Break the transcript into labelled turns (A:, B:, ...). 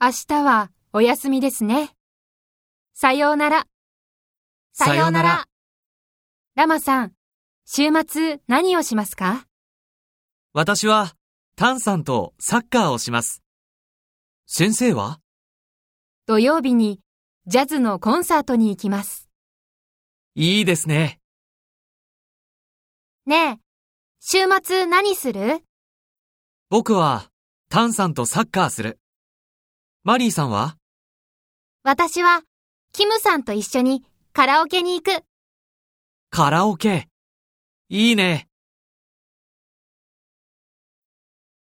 A: 明日はお休みですね。さようなら。
B: さようなら。
A: ラマさん、週末何をしますか
B: 私は、タンさんとサッカーをします。先生は
A: 土曜日にジャズのコンサートに行きます。
B: いいですね。
A: ねえ、週末何する
B: 僕は、タンさんとサッカーする。マリーさんは
A: 私は、キムさんと一緒にカラオケに行く。
B: カラオケ。いいね。